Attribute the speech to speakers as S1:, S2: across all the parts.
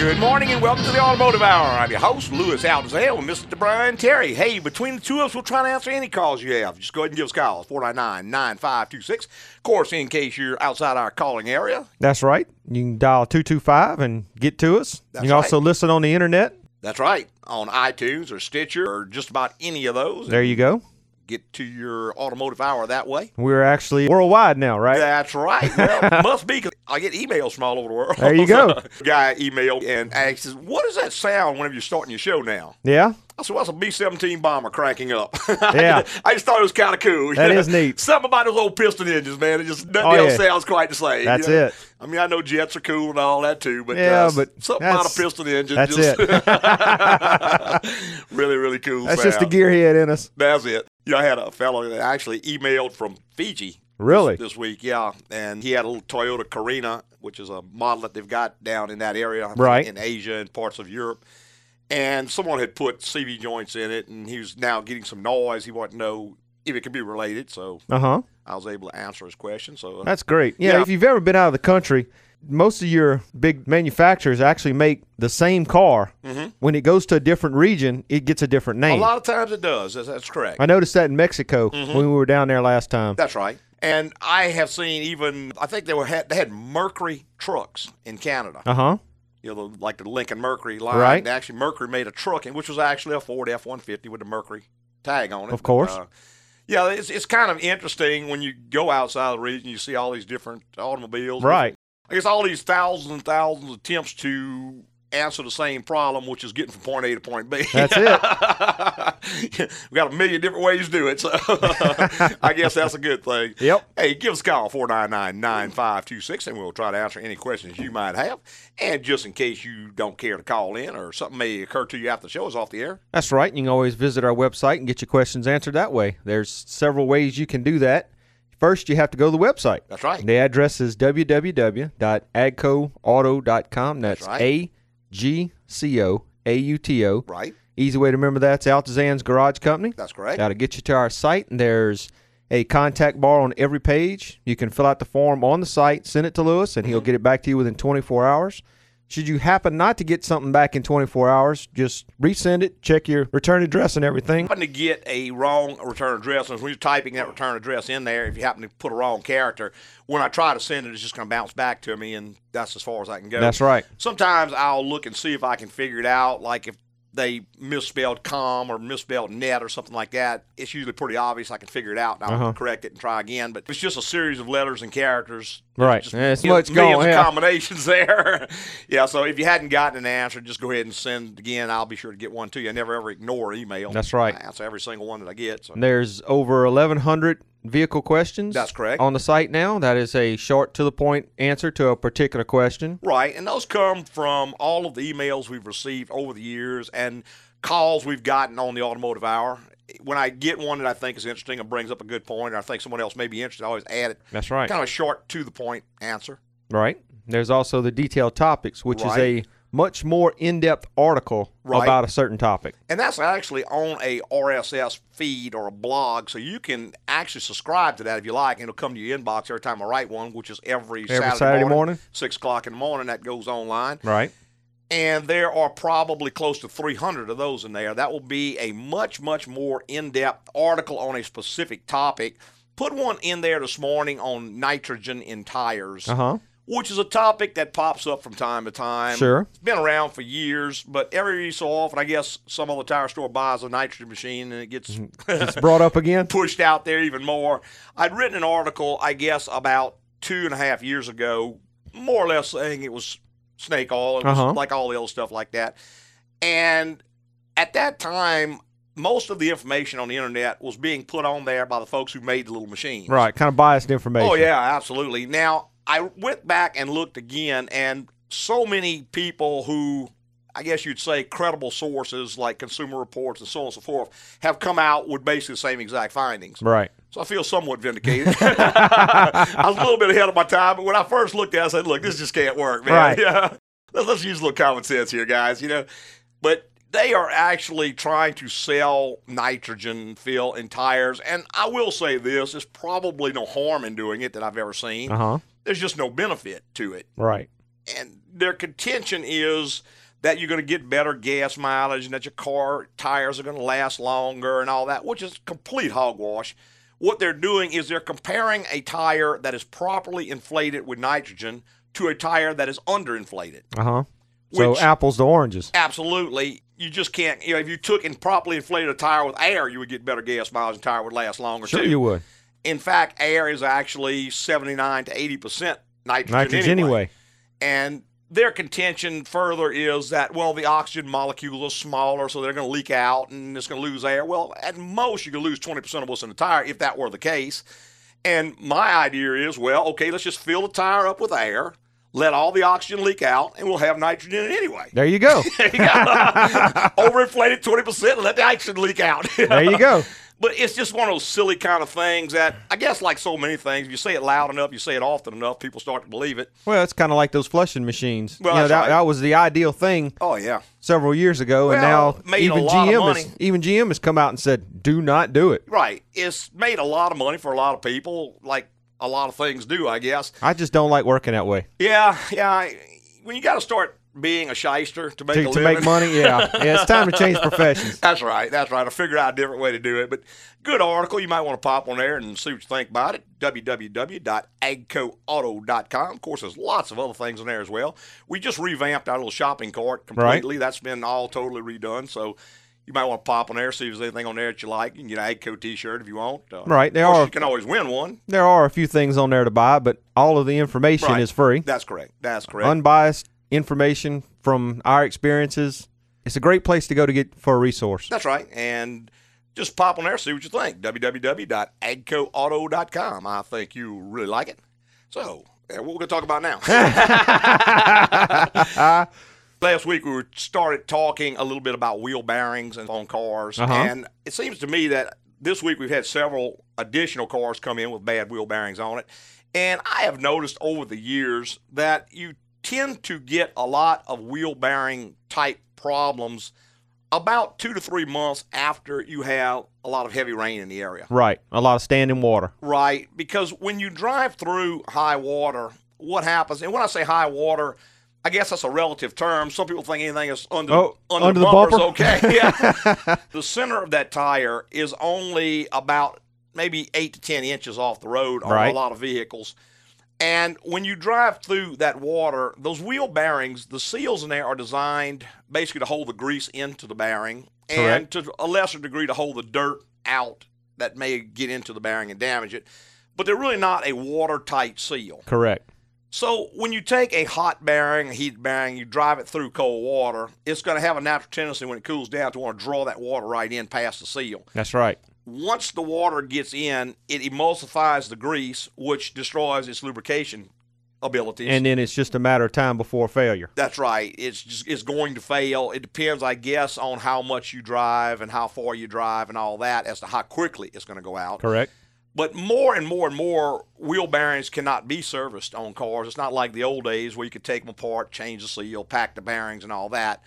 S1: Good morning and welcome to the Automotive Hour. I'm your host, Lewis Alzale, and Mr. Brian Terry. Hey, between the two of us, we'll try to answer any calls you have. Just go ahead and give us a call, 499 9526. Of course, in case you're outside our calling area,
S2: That's right. You can dial 225 and get to us.
S1: That's
S2: you can also
S1: right.
S2: listen on the internet.
S1: that's right, on iTunes or Stitcher or just about any of those.
S2: There you go.
S1: Get to your Automotive Hour that way.
S2: We're actually worldwide now, right?
S1: That's right. Well, must be 'cause I get emails from all over the world.
S2: There you go.
S1: Guy emailed and asks, "What does that sound whenever you're starting your show now?"
S2: Yeah.
S1: I said, "Well, it's a B-17 bomber cranking up."
S2: Yeah.
S1: I just thought it was kind of cool.
S2: That
S1: That is
S2: is neat.
S1: Something about those old piston engines, man. It just nothing
S2: Oh,
S1: else
S2: yeah.
S1: sounds quite the same. you
S2: That's
S1: know?
S2: it.
S1: I mean, I know jets are cool and all that too, but
S2: Yeah,
S1: uh,
S2: but
S1: something about
S2: that's-
S1: a piston engine.
S2: that's
S1: just,
S2: it.
S1: really, really cool.
S2: That's just the
S1: sound.
S2: gearhead in us.
S1: That's it. You know, I had a fellow that actually emailed from Fiji.
S2: Really?
S1: This, this week, yeah. And he had a little Toyota Carina, which is a model that they've got down in that area, I think,
S2: Right.
S1: in Asia and parts of Europe. And someone had put CV joints in it, and he was now getting some noise. He wanted to know if it could be related, so
S2: Uh huh.
S1: I was able to answer his question. So uh,
S2: That's great. Yeah,
S1: Yeah.
S2: If you've ever been out of the country, most of your big manufacturers actually make the same car. When it goes to a different region, it gets a different
S1: a
S2: name.
S1: lot of times it does. That's, that's correct.
S2: I noticed that in Mexico when we were down there last time.
S1: That's right. And I have seen even I think they were had, they had Mercury trucks in Canada.
S2: Uh huh.
S1: you know, the, like the Lincoln Mercury line.
S2: Right.
S1: And actually, Mercury made a truck, and which was actually a Ford F one fifty with the Mercury tag on it.
S2: Of course.
S1: uh, yeah, it's it's kind of interesting when you go outside the region, you see all these different automobiles.
S2: Right.
S1: I guess all these thousands and thousands of attempts to answer the same problem, which is getting from point A to point B.
S2: That's it.
S1: we got a million different ways to do it, so I guess that's a good thing.
S2: Yep.
S1: Hey, give us a call, 499 9526, and we'll try to answer any questions you might have. And just in case you don't care to call in or something may occur to you after the show is off the air,
S2: That's right. You can always visit our website and get your questions answered that way. There's several ways you can do that. First, you have to go to the website.
S1: that's right.
S2: The address is www.agcoauto.com. That's
S1: That's right.
S2: A G C O A U T O.
S1: Right?
S2: Easy way to remember that's Altazan's Garage Company.
S1: That's correct.
S2: That'll get you to our site, and there's a contact bar on every page. You can fill out the form on the site, send it to Lewis, and he'll get it back to you within 24 hours. Should you happen not to get something back in 24 hours, just resend it, check your return address and everything.
S1: happen to get a wrong return address, and when you're typing that return address in there, if you happen to put a wrong character, when I try to send it, it's just going to bounce back to me, and that's as far as I can go.
S2: That's right.
S1: Sometimes I'll look and see if I can figure it out, like if they misspelled com or misspelled net or something like that. It's usually pretty obvious. I can figure it out, and I'll
S2: Uh-huh.
S1: correct it and try again. But it's just a series of letters and characters.
S2: Right.
S1: Just
S2: Yeah, it's
S1: millions
S2: much going.
S1: of
S2: Yeah.
S1: combinations there. yeah. So if you hadn't gotten an answer, just go ahead and send again. I'll be sure to get one to you. I never ever ignore email.
S2: That's right.
S1: I answer every single one that I get. So.
S2: There's over 1,100 vehicle questions.
S1: That's correct.
S2: On the site now. That is a short to the point answer to a particular question.
S1: Right, and those come from all of the emails we've received over the years and calls we've gotten on the Automotive Hour. When I get one that I think is interesting and brings up a good point, or I think someone else may be interested, I always add it.
S2: That's right.
S1: Kind of short to the point answer.
S2: Right. There's also the detailed topics, which is
S1: Right.
S2: a much more in depth article
S1: Right.
S2: about a certain topic.
S1: And that's actually on a RSS feed or a blog, so you can actually subscribe to that if you like, and it'll come to your inbox every time I write one, which is every,
S2: Every Saturday morning.
S1: six o'clock in the morning. That goes online.
S2: Right.
S1: and there are probably close to 300 of those in there. That will be a much, much more in depth article on a specific topic. Put one in there this morning on nitrogen in tires,
S2: Uh huh.
S1: which is a topic that pops up from time to time.
S2: Sure.
S1: It's been around for years, but every so often, I guess some other tire store buys a nitrogen machine and it gets
S2: It's brought up again.
S1: pushed out there even more. I'd written an article, I guess, about two and a half years ago, more or less saying it was snake oil, it was
S2: Uh-huh.
S1: like all the other stuff like that. And at that time, most of the information on the internet was being put on there by the folks who made the little machines.
S2: Right. Kind of biased information.
S1: Oh yeah, absolutely. Now I went back and looked again, and so many people who I guess you'd say credible sources like Consumer Reports and so on and so forth have come out with basically the same exact findings.
S2: Right.
S1: So I feel somewhat vindicated. I was a little bit ahead of my time, but when I first looked at it, I said, look, this just can't work, man.
S2: Right.
S1: Yeah. Let's, let's use a little common sense here, guys, you know. But they are actually trying to sell nitrogen fill in tires. And I will say this, there's probably no harm in doing it that I've ever seen.
S2: Uh huh.
S1: There's just no benefit to it.
S2: Right.
S1: And their contention is that you're going to get better gas mileage and that your car tires are going to last longer and all that, which is complete hogwash. What they're doing is they're comparing a tire that is properly inflated with nitrogen to a tire that is underinflated.
S2: Uh huh. So
S1: Which-
S2: apples to oranges.
S1: Absolutely. You just can't, you know, if you took and properly inflated a tire with air, you would get better gas mileage and tire would last longer
S2: Sure
S1: too.
S2: you would.
S1: In fact, air is actually 79 to 80% nitrogen,
S2: Nitrogen anyway.
S1: And their contention further is that, well, the oxygen molecules are smaller, so they're going to leak out and it's going to lose air. Well, at most, you could lose 20% of what's in the tire if that were the case. And my idea is, well, okay, let's just fill the tire up with air, let all the oxygen leak out, and we'll have nitrogen in it anyway.
S2: There you go.
S1: Overinflated 20% and let the oxygen leak out.
S2: there you go.
S1: But it's just one of those silly kind of things that I guess, like so many things, if you say it loud enough, you say it often enough, people start to believe it.
S2: Well, it's kind of like those flushing machines.
S1: Well,
S2: You know, that,
S1: that's right.
S2: that was the ideal thing
S1: Oh yeah,
S2: several years ago, and
S1: Well,
S2: now
S1: made a
S2: even
S1: lot of
S2: GM
S1: money.
S2: has, even GM has come out and said, "Do not do it."
S1: right. It's made a lot of money for a lot of people, like a lot of things do, I guess.
S2: I just don't like working that way.
S1: Yeah, yeah. I- When you got to start being a shyster to make a
S2: To, to
S1: living,
S2: make money, yeah. yeah, it's time to change professions.
S1: That's right. That's right. I figured out a different way to do it. But good article. You might want to pop on there and see what you think about it. www.agcoauto.com. Of course, there's lots of other things on there as well. We just revamped our little shopping cart completely. That's been all totally redone. So you might want to pop on there, see if there's anything on there that you like. You can get an Agco t shirt if you want. Uh,
S2: Right,
S1: of
S2: there
S1: course,
S2: are-
S1: You can always win one.
S2: There are a few things on there to buy, but all of the information
S1: Right.
S2: is free.
S1: That's correct. That's correct.
S2: Unbiased information from our experiences. It's a great place to go to get for a resource.
S1: That's right. And just pop on there, see what you think. www.agcoauto.com. I think you really like it. So, yeah, what we're going to talk about now. Last week, we were- started talking a little bit about wheel bearings and on cars.
S2: Uh-huh.
S1: And it seems to me that this week we've had several additional cars come in with bad wheel bearings on it. And I have noticed over the years that you tend to get a lot of wheel bearing type problems about two to three months after you have a lot of heavy rain in the area.
S2: Right. A lot of standing water.
S1: Right. Because when you drive through high water, what happens? And when I say high water, I guess that's a relative term. Some people think anything is under,
S2: Oh,
S1: under,
S2: under
S1: the
S2: the
S1: bumper is
S2: bumper?
S1: okay. Yeah. the center of that tire is only about maybe eight to 10 inches off the road on a
S2: Right.
S1: lot of vehicles. And when you drive through that water, those wheel bearings, the seals in there are designed basically to hold the grease into the bearing and to a lesser degree to hold the dirt out that may get into the bearing and damage it. But they're really not a watertight seal.
S2: Correct.
S1: So when you take a hot bearing, a heat bearing, you drive it through cold water, it's going to have a natural tendency when it cools down to want to draw that water right in past the seal
S2: That's right.
S1: once the water gets in, it emulsifies the grease, which destroys its lubrication abilities.
S2: And then it's just a matter of time before failure.
S1: that's right. It's just, it's going to fail. It depends, I guess, on how much you drive and how far you drive and all that as to how quickly it's going to go out.
S2: Correct.
S1: But more and more and more wheel bearings cannot be serviced on cars. It's not like the old days where you could take them apart, change the seal, pack the bearings, and all that.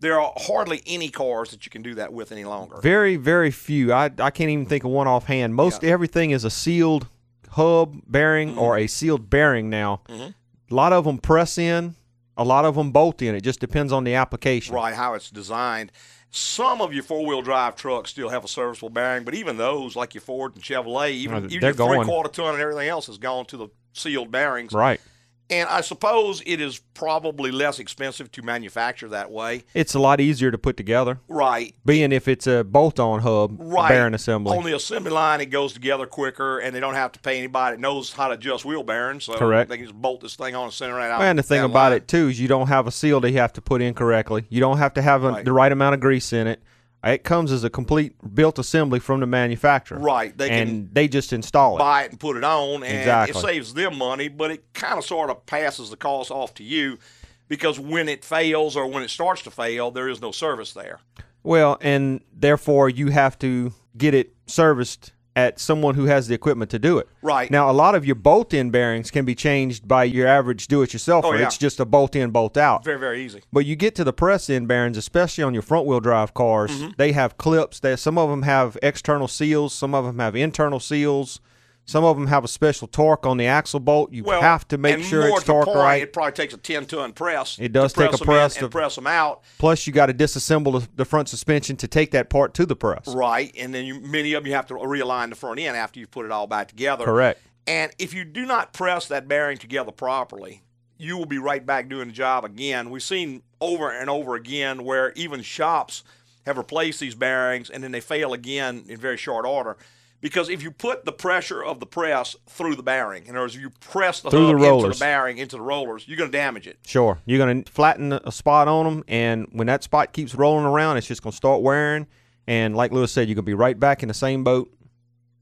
S1: There are hardly any cars that you can do that with any longer.
S2: Very, very few. I, I can't even think of one offhand. Most everything is a sealed hub bearing or a sealed bearing now. A lot of them press in, a lot of them bolt in. It just depends on the application.
S1: Right, how it's designed. Some of your four wheel drive trucks still have a serviceable bearing, but even those, like your Ford and Chevrolet, even,
S2: Right,
S1: even your
S2: they're
S1: three
S2: going.
S1: quarter ton and everything else has gone to the sealed bearings.
S2: Right.
S1: And I suppose it is probably less expensive to manufacture that way.
S2: It's a lot easier to put together,
S1: Right.
S2: being if it's a bolt on hub
S1: Right.
S2: bearing assembly.
S1: On the assembly line, it goes together quicker, and they don't have to pay anybody that knows how to adjust wheel bearings. So
S2: Correct.
S1: they can just bolt this thing on and send it right out.
S2: and the thing
S1: that
S2: about
S1: line.
S2: it too is you don't have a seal that you have to put in correctly. You don't have to have a,
S1: Right.
S2: the right amount of grease in it. It comes as a complete built assembly from the manufacturer.
S1: Right, they can-
S2: and they just install it.
S1: buy it and put it on, and it
S2: Exactly.
S1: saves them money, but it kind of sort of passes the cost off to you because when it fails or when it starts to fail, there is no service there.
S2: Well, and therefore you have to get it serviced at someone who has the equipment to do it.
S1: Right.
S2: Now, a lot of your bolt in bearings can be changed by your average do it yourselfer.
S1: Oh, yeah.
S2: It's just a bolt in, bolt out.
S1: Very, very easy.
S2: But you get to the press in bearings, especially on your front wheel drive cars.
S1: Mm-hmm.
S2: They have clips. That some of them have external seals, some of them have internal seals. Some of them have a special torque on the axle bolt. You
S1: Well,
S2: have to make
S1: and
S2: sure
S1: more
S2: it's
S1: to the
S2: torque
S1: point,
S2: right.
S1: It probably takes a ten ton press.
S2: It does
S1: to press
S2: take a
S1: them in
S2: press to-
S1: and press them out,
S2: Plus, you got to disassemble the, the front suspension to take that part to the press.
S1: right? And then you, many of them you have to realign the front end after you put it all back together.
S2: Correct.
S1: And if you do not press that bearing together properly, you will be right back doing the job again. We've seen over and over again where even shops have replaced these bearings and then they fail again in very short order. Because if you put the pressure of the press through the bearing, in other words, you press the
S2: Through the
S1: hub into
S2: rollers.
S1: the bearing, into the rollers, you're going to damage it.
S2: Sure. You're going to flatten a spot on them, and when that spot keeps rolling around, it's just going to start wearing. And like Lewis said, you're going to be right back in the same boat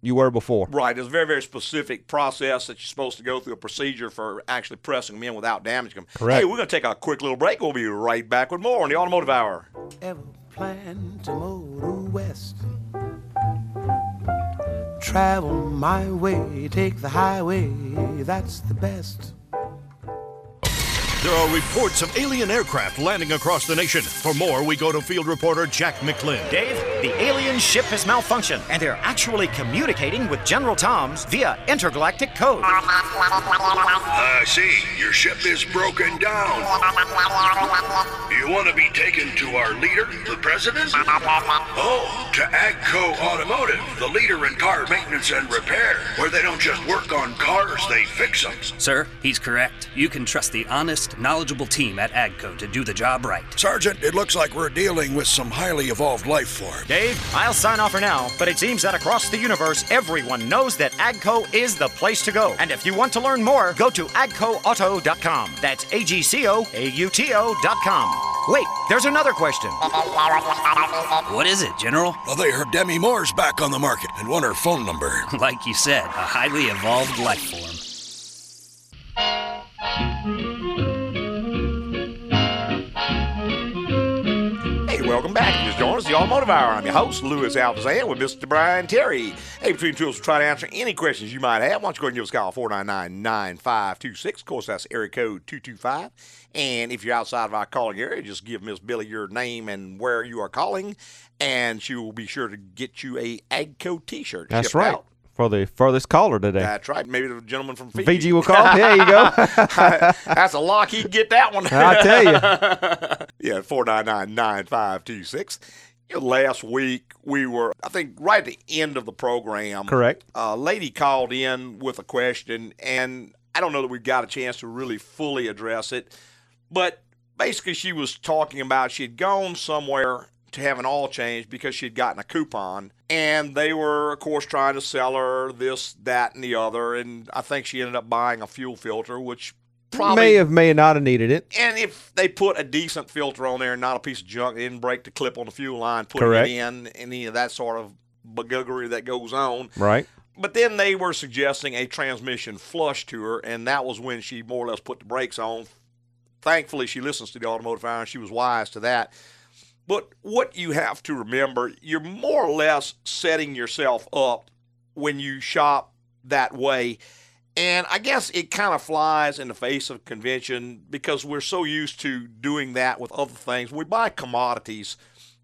S2: you were before.
S1: Right. There's a very, very specific process that you're supposed to go through a procedure for actually pressing them in without damaging them.
S2: Correct.
S1: Hey, we're going to take a quick little break. We'll be right back with more on the Automotive Hour.
S3: ever plan to motor west. Travel my way, take the highway, that's the best.
S4: There are reports of alien aircraft landing across the nation. For more, we go to field reporter Jack McLinn.
S5: Dave, the alien ship has malfunctioned, and they're actually communicating with General Tom's via intergalactic code.
S6: I see. Your ship is broken down. You want to be taken to our leader, the president? Oh, to AGCO Automotive, the leader in car maintenance and repair, where they don't just work on cars, they fix them.
S7: Sir, he's correct. You can trust the honest, knowledgeable team at AGCO to do the job right.
S6: Sergeant, it looks like we're dealing with some highly evolved life form.
S5: Dave, I'll sign off for now, but it seems that across the universe, everyone knows that AGCO is the place to go. And if you want to learn more, go to agcoauto.com. That's A G C O A U T O.com. Wait, there's another question.
S7: What is it, General?
S6: Well, they heard Demi Moore's back on the market and want her phone number.
S7: Like you said, a highly evolved life form.
S1: Hey, welcome back. You just joined us, the Automotive Hour. I'm your host, Louis Alvazan, with Mr. Brian Terry. Hey, between tools, we'll try to answer any questions you might have. Why don't you go ahead and give us a call, 499 9526. Of course, that's area code 225. And if you're outside of our calling area, just give Miss Billy your name and where you are calling, and she will be sure to get you a AGCO t shirt.
S2: That's right. For the furthest caller today.
S1: That's right. Maybe the gentleman from Fiji.
S2: VG will call. There you go.
S1: That's a lock. He'd get that one.
S2: I tell you.
S1: Yeah, 499-9526. You know, Last week we were, I think, right at the end of the program.
S2: Correct.
S1: A lady called in with a question, and I don't know that we got a chance to really fully address it, but basically she was talking about she had gone somewhere to have an oil change because she had gotten a coupon, and they were, of course, trying to sell her this, that, and the other, and I think she ended up buying a fuel filter, which probably
S2: may have, may not have needed it.
S1: and if they put a decent filter on there and not a piece of junk, they didn't break the clip on the fuel line, put
S2: Correct.
S1: it in, any of that sort of baguggery that goes on.
S2: Right.
S1: But then they were suggesting a transmission flush to her, and that was when she more or less put the brakes on. Thankfully, she listens to the automotive hour, and she was wise to that. But what you have to remember, you're more or less setting yourself up when you shop that way. And I guess it kind of flies in the face of convention because we're so used to doing that with other things. When we buy commodities,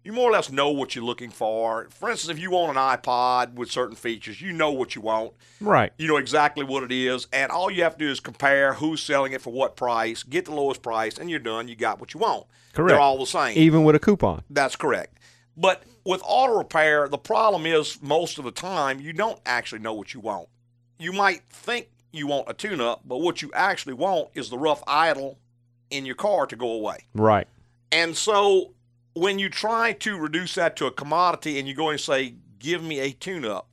S1: you more or less know what you're looking for. For instance, if you want an iPod with certain features, you know what you want.
S2: Right.
S1: You know exactly what it is, and all you have to do is compare who's selling it for what price, get the lowest price, and you're done. You got what you want.
S2: Correct.
S1: They're all the same.
S2: Even with a coupon.
S1: That's correct. But with auto repair, the problem is most of the time you don't actually know what you want. You might think you want a tune up, but what you actually want is the rough idle in your car to go away.
S2: Right.
S1: And so when you try to reduce that to a commodity and you go and say, give me a tune up,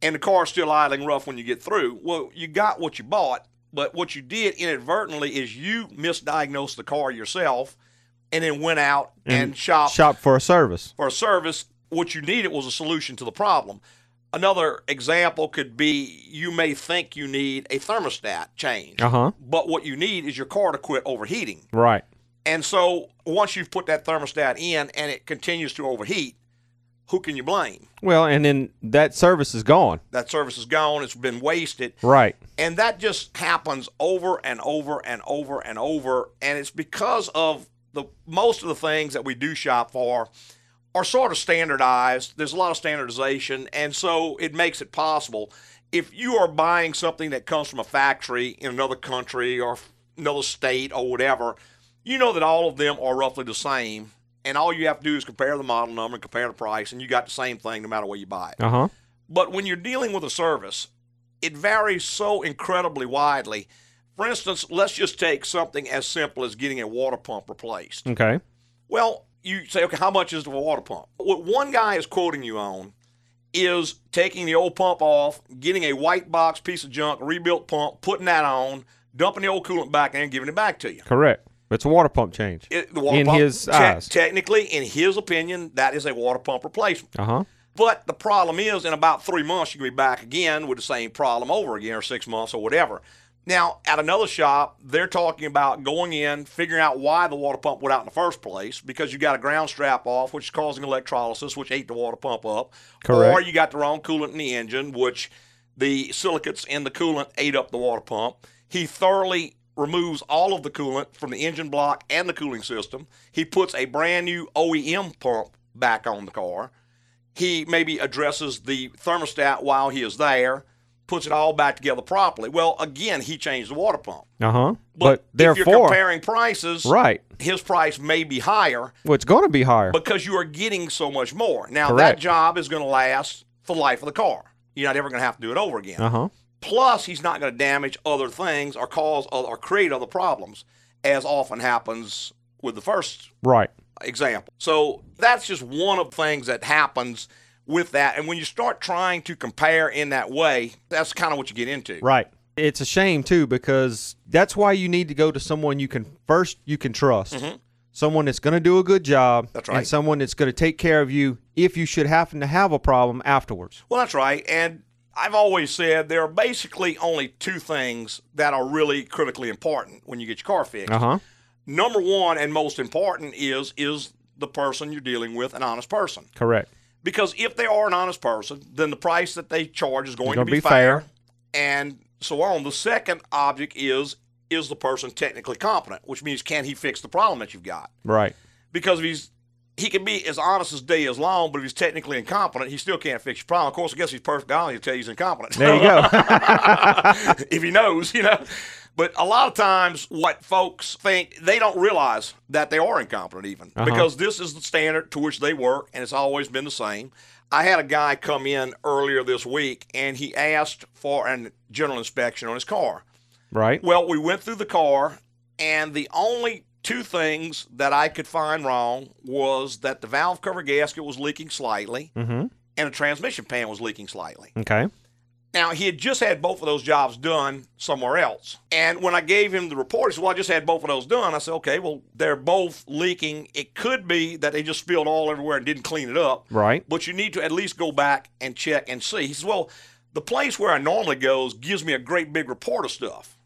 S1: and the car's still idling rough when you get through, well, you got what you bought, but what you did inadvertently is you misdiagnosed the car yourself and then went out and, shopped
S2: Shop for a service.
S1: for a service, what you needed was a solution to the problem. Another example could be you may think you need a thermostat change,
S2: Uh-huh.
S1: but what you need is your car to quit overheating.
S2: Right.
S1: And so once you've put that thermostat in and it continues to overheat, who can you blame?
S2: Well, and then that service is gone.
S1: That service is gone, it's been wasted.
S2: Right.
S1: And that just happens over and over and over and over. And it's because of the most of the things that we do shop for are sort of standardized. There's a lot of standardization, and so it makes it possible. If you are buying something that comes from a factory in another country or another state or whatever, you know that all of them are roughly the same, and all you have to do is compare the model number and compare the price, and you got the same thing no matter where you buy it.
S2: Uh huh.
S1: But when you're dealing with a service, it varies so incredibly widely. For instance, let's just take something as simple as getting a water pump replaced.
S2: Okay.
S1: Well, you say, okay, how much is the water pump? What one guy is quoting you on is taking the old pump off, getting a white box piece of junk, rebuilt pump, putting that on, dumping the old coolant back in, and giving it back to you.
S2: Correct. It's a water pump change.
S1: It- the water
S2: In
S1: pump-
S2: his
S1: te-
S2: eyes.
S1: Technically, in his opinion, that is a water pump replacement.
S2: Uh huh.
S1: But the problem is, in about three months, you'll be back again with the same problem over again, or six months, or whatever. Now, at another shop, they're talking about going in, figuring out why the water pump went out in the first place, because you got a ground strap off, which is causing electrolysis, which ate the water pump up.
S2: Correct.
S1: Or you got the wrong coolant in the engine, which the silicates in the coolant ate up the water pump. He thoroughly removes all of the coolant from the engine block and the cooling system. He puts a brand new OEM pump back on the car he maybe addresses the thermostat while he is there, puts it all back together properly. Well, again, he changed the water pump.
S2: Uh huh. But,
S1: if you're
S2: therefore,
S1: comparing prices,
S2: right.
S1: his price may be higher
S2: Well, it's going to be higher.
S1: because you are getting so much more. Now
S2: Correct.
S1: that job is going to last for the life of the car. You're not ever going to have to do it over again.
S2: Uh huh.
S1: Plus, he's not going to damage other things or cause other, or create other problems, as often happens with the first
S2: Right.
S1: example. So that's just one of the things that happens with that. And when you start trying to compare in that way, that's kind of what you get into.
S2: Right. It's a shame too because that's why you need to go to someone you can first you can trust. Someone that's going to do a good job
S1: Mm-hmm. That's
S2: and
S1: right.
S2: someone that's going to take care of you if you should happen to have a problem afterwards.
S1: Well, that's right. And I've always said there are basically only two things that are really critically important when you get your car fixed.
S2: Uh-huh.
S1: Number one and most important is is the person you're dealing with an honest person.
S2: Correct.
S1: Because if they are an honest person, then the price that they charge is going
S2: Gonna
S1: to be,
S2: be fair.
S1: and so on. The second object is is the person technically competent, which means can he fix the problem that you've got?
S2: Right.
S1: Because if he's he can be as honest as day is long, but if he's technically incompetent, he still can't fix your problem. Of course, I guess he's perfectly honest. He'll tell you he's incompetent
S2: There you go.
S1: if he knows, you know. But a lot of times, what folks think, they don't realize that they are incompetent, even because this is the standard to which they work, and it's always been the same. I had a guy come in earlier this week, and he asked for a general inspection on his car.
S2: right.
S1: Well, we went through the car, and the only two things that I could find wrong was that the valve cover gasket was leaking slightly, and the transmission pan was leaking slightly.
S2: Okay.
S1: Now, he had just had both of those jobs done somewhere else. And when I gave him the report, he said, Well, I just had both of those done. I said, Okay, well, they're both leaking. It could be that they just spilled all everywhere and didn't clean it up.
S2: Right.
S1: But you need to at least go back and check and see. He says, Well, the place where I normally goes gives me a great big report of stuff.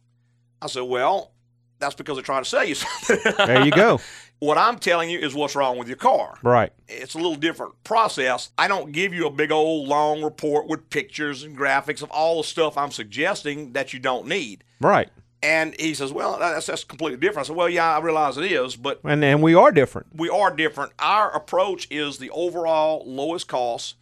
S1: I said, Well, that's because they're trying to sell you something.
S2: There you go.
S1: what I'm telling you is what's wrong with your car
S2: Right.
S1: it's a little different process. I don't give you a big old long report with pictures and graphics of all the stuff I'm suggesting that you don't need.
S2: Right.
S1: And he says, "Well, that's that's completely different." I said, "Well, yeah, I realize it is, but
S2: And and we are different.
S1: we are different. Our approach is the overall lowest cost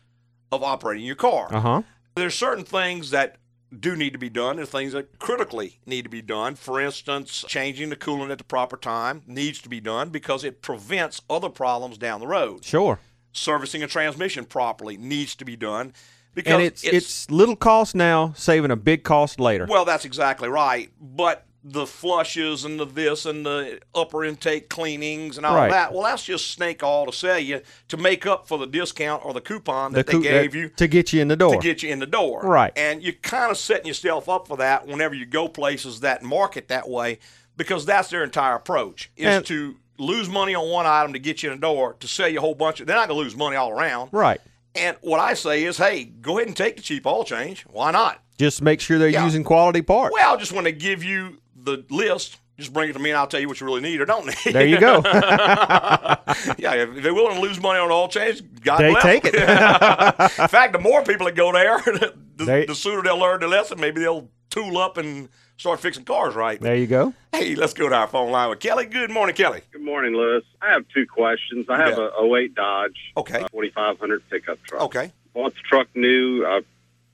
S1: of operating your car.
S2: Uh-huh.
S1: There's certain things that do need to be done and things that critically need to be done. For instance, changing the coolant at the proper time needs to be done because it prevents other problems down the road
S2: Sure.
S1: servicing a transmission properly needs to be done because
S2: And it's, it's little cost now, saving a big cost later.
S1: well that's exactly right but the flushes and the this and the upper intake cleanings and all
S2: Right.
S1: that well that's just snake all to sell you to make up for the discount or the coupon that
S2: coo-
S1: they gave
S2: that-
S1: you
S2: to get you in the door.
S1: to get you in the door.
S2: Right.
S1: And you're kind of setting yourself up for that whenever you go places that market that way because that's their entire approach is
S2: And-
S1: to lose money on one item to get you in the door to sell you a whole bunch of they're not going to lose money all around
S2: right.
S1: and what I say is, hey, go ahead and take the cheap oil change. Why not?
S2: Just make sure they're
S1: Yeah.
S2: using quality parts.
S1: Well, just when they give you the list, just bring it to me and I'll tell you what you really need or don't need.
S2: there you go.
S1: yeah, if they're willing to lose money on oil change, God
S2: They
S1: bless
S2: take
S1: them. In fact, the more people that go there, the,
S2: They-
S1: the sooner they'll learn their lesson. Maybe they'll tool up and start fixing cars right.
S2: There you go.
S1: Hey, let's go to our phone line with Kelly. Good morning, Kelly.
S8: Good morning, Lewis. I have two questions. I have
S1: bet.
S8: a 08 Dodge
S1: Okay. Oh.
S8: uh, 4500 pickup truck.
S1: Okay.
S8: Bought the truck new. I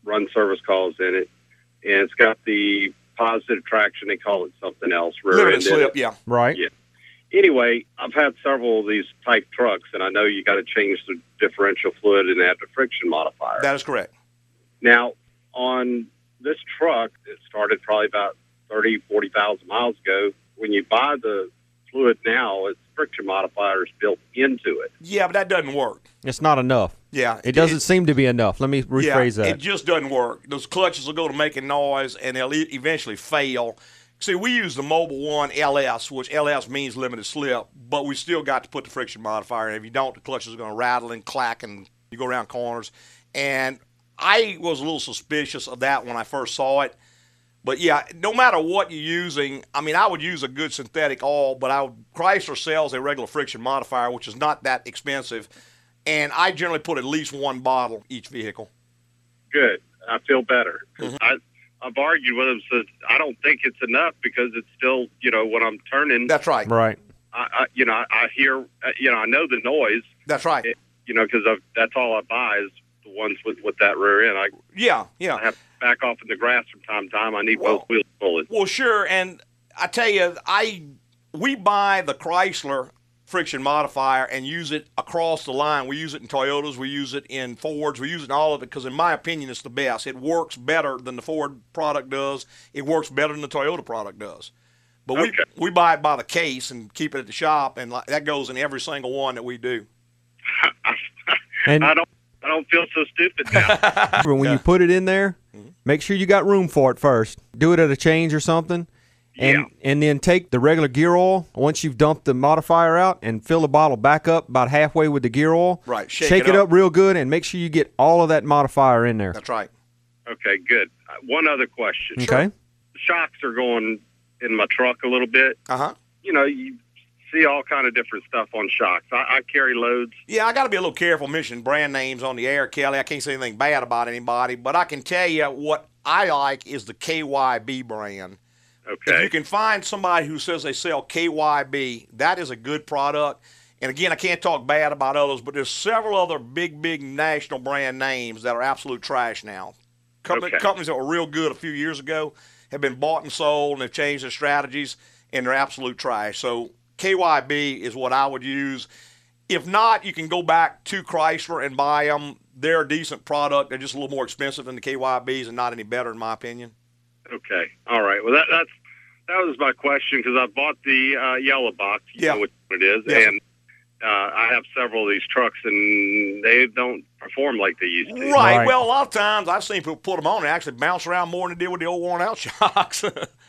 S8: run service calls in it, and it's got the positive traction. They call it something else. Rear
S1: Limited
S8: end
S1: slip, yeah.
S2: Right.
S8: Yeah. Anyway, I've had several of these type trucks, and I know you got to change the differential fluid and add the friction modifier.
S1: That is correct.
S8: Now, on this truck, it started probably about 30, 40,000 miles ago. When you buy the fluid now, its friction modifier is built into it.
S1: Yeah, but that doesn't work.
S2: It's not enough.
S1: Yeah.
S2: It doesn't seem to be enough. Let me rephrase
S1: yeah,
S2: that.
S1: It just doesn't work. Those clutches will go to making noise and they'll e- eventually fail. See, we use the Mobile One LS, which LS means limited slip, but we still got to put the friction modifier in. If you don't, the clutches are going to rattle and clack and you go around corners. And I was a little suspicious of that when I first saw it. But yeah, no matter what you're using, I mean, I would use a good synthetic oil, but I would, Chrysler sells a regular friction modifier, which is not that expensive. And I generally put at least one bottle each vehicle.
S8: Good. I feel better.
S2: Mm-hmm.
S8: I, I've argued with him, so I don't think it's enough because it's still, you know, when I'm turning,
S1: That's right.
S2: right.
S8: I, I, you know, I, I hear, uh, you know, I know the noise,
S1: That's right.
S8: you know, because that's all I buy is the ones with, with that rear end. I,
S1: Yeah, yeah.
S8: I have to back off in the grass from time to time. I need
S1: Well-
S8: both wheels pulling.
S1: Well, sure, and I tell you, I we buy the Chrysler friction modifier and use it across the line. We use it in Toyotas, we use it in Fords, we use it in all of it because, in my opinion, it's the best. It works better than the Ford product does. It works better than the Toyota product does. But
S8: Okay.
S1: we we buy it by the case and keep it at the shop, and like, that goes in every single one that we do.
S2: And
S8: I don't. I don't feel so stupid now.
S2: when you put it in there,
S1: Mm-hmm.
S2: make sure you got room for it first. Do it at a change or something. And,
S8: Yeah.
S2: and then take the regular gear oil once you've dumped the modifier out and fill the bottle back up about halfway with the gear oil.
S1: Right, shake
S2: Shake
S1: it
S2: it
S1: up.
S2: up real good and make sure you get all of that modifier in there.
S1: That's right.
S8: okay, good. Uh, One other question.
S2: Okay.
S8: Shocks are going in my truck a little bit.
S1: Uh huh.
S8: You know, you see all kind of different stuff on shocks. I, I carry loads.
S1: Yeah, I got to be a little careful mentioning brand names on the air, Kelly. I can't say anything bad about anybody, but I can tell you what I like is the KYB brand. If
S8: Okay.
S1: you can find somebody who says they sell KYB, that is a good product. And again, I can't talk bad about others, but there's several other big, big national brand names that are absolute trash now. Com-
S8: Okay.
S1: Companies that were real good a few years ago have been bought and sold, and they've changed their strategies, and they're absolute trash. So KYB is what I would use. If not, you can go back to Chrysler and buy them. They're a decent product. They're just a little more expensive than the KYBs, and not any better in my opinion.
S8: okay. All right. Well, that, that's that was my question because I bought the uh, yellow box. You
S1: Yeah.
S8: know which one it is,
S1: Yeah.
S8: and uh, I have several of these trucks, and they don't perform like they used to.
S1: Right.
S2: Right.
S1: Well, a lot of times I've seen people put them on and actually bounce around more than they did with the old worn out shocks.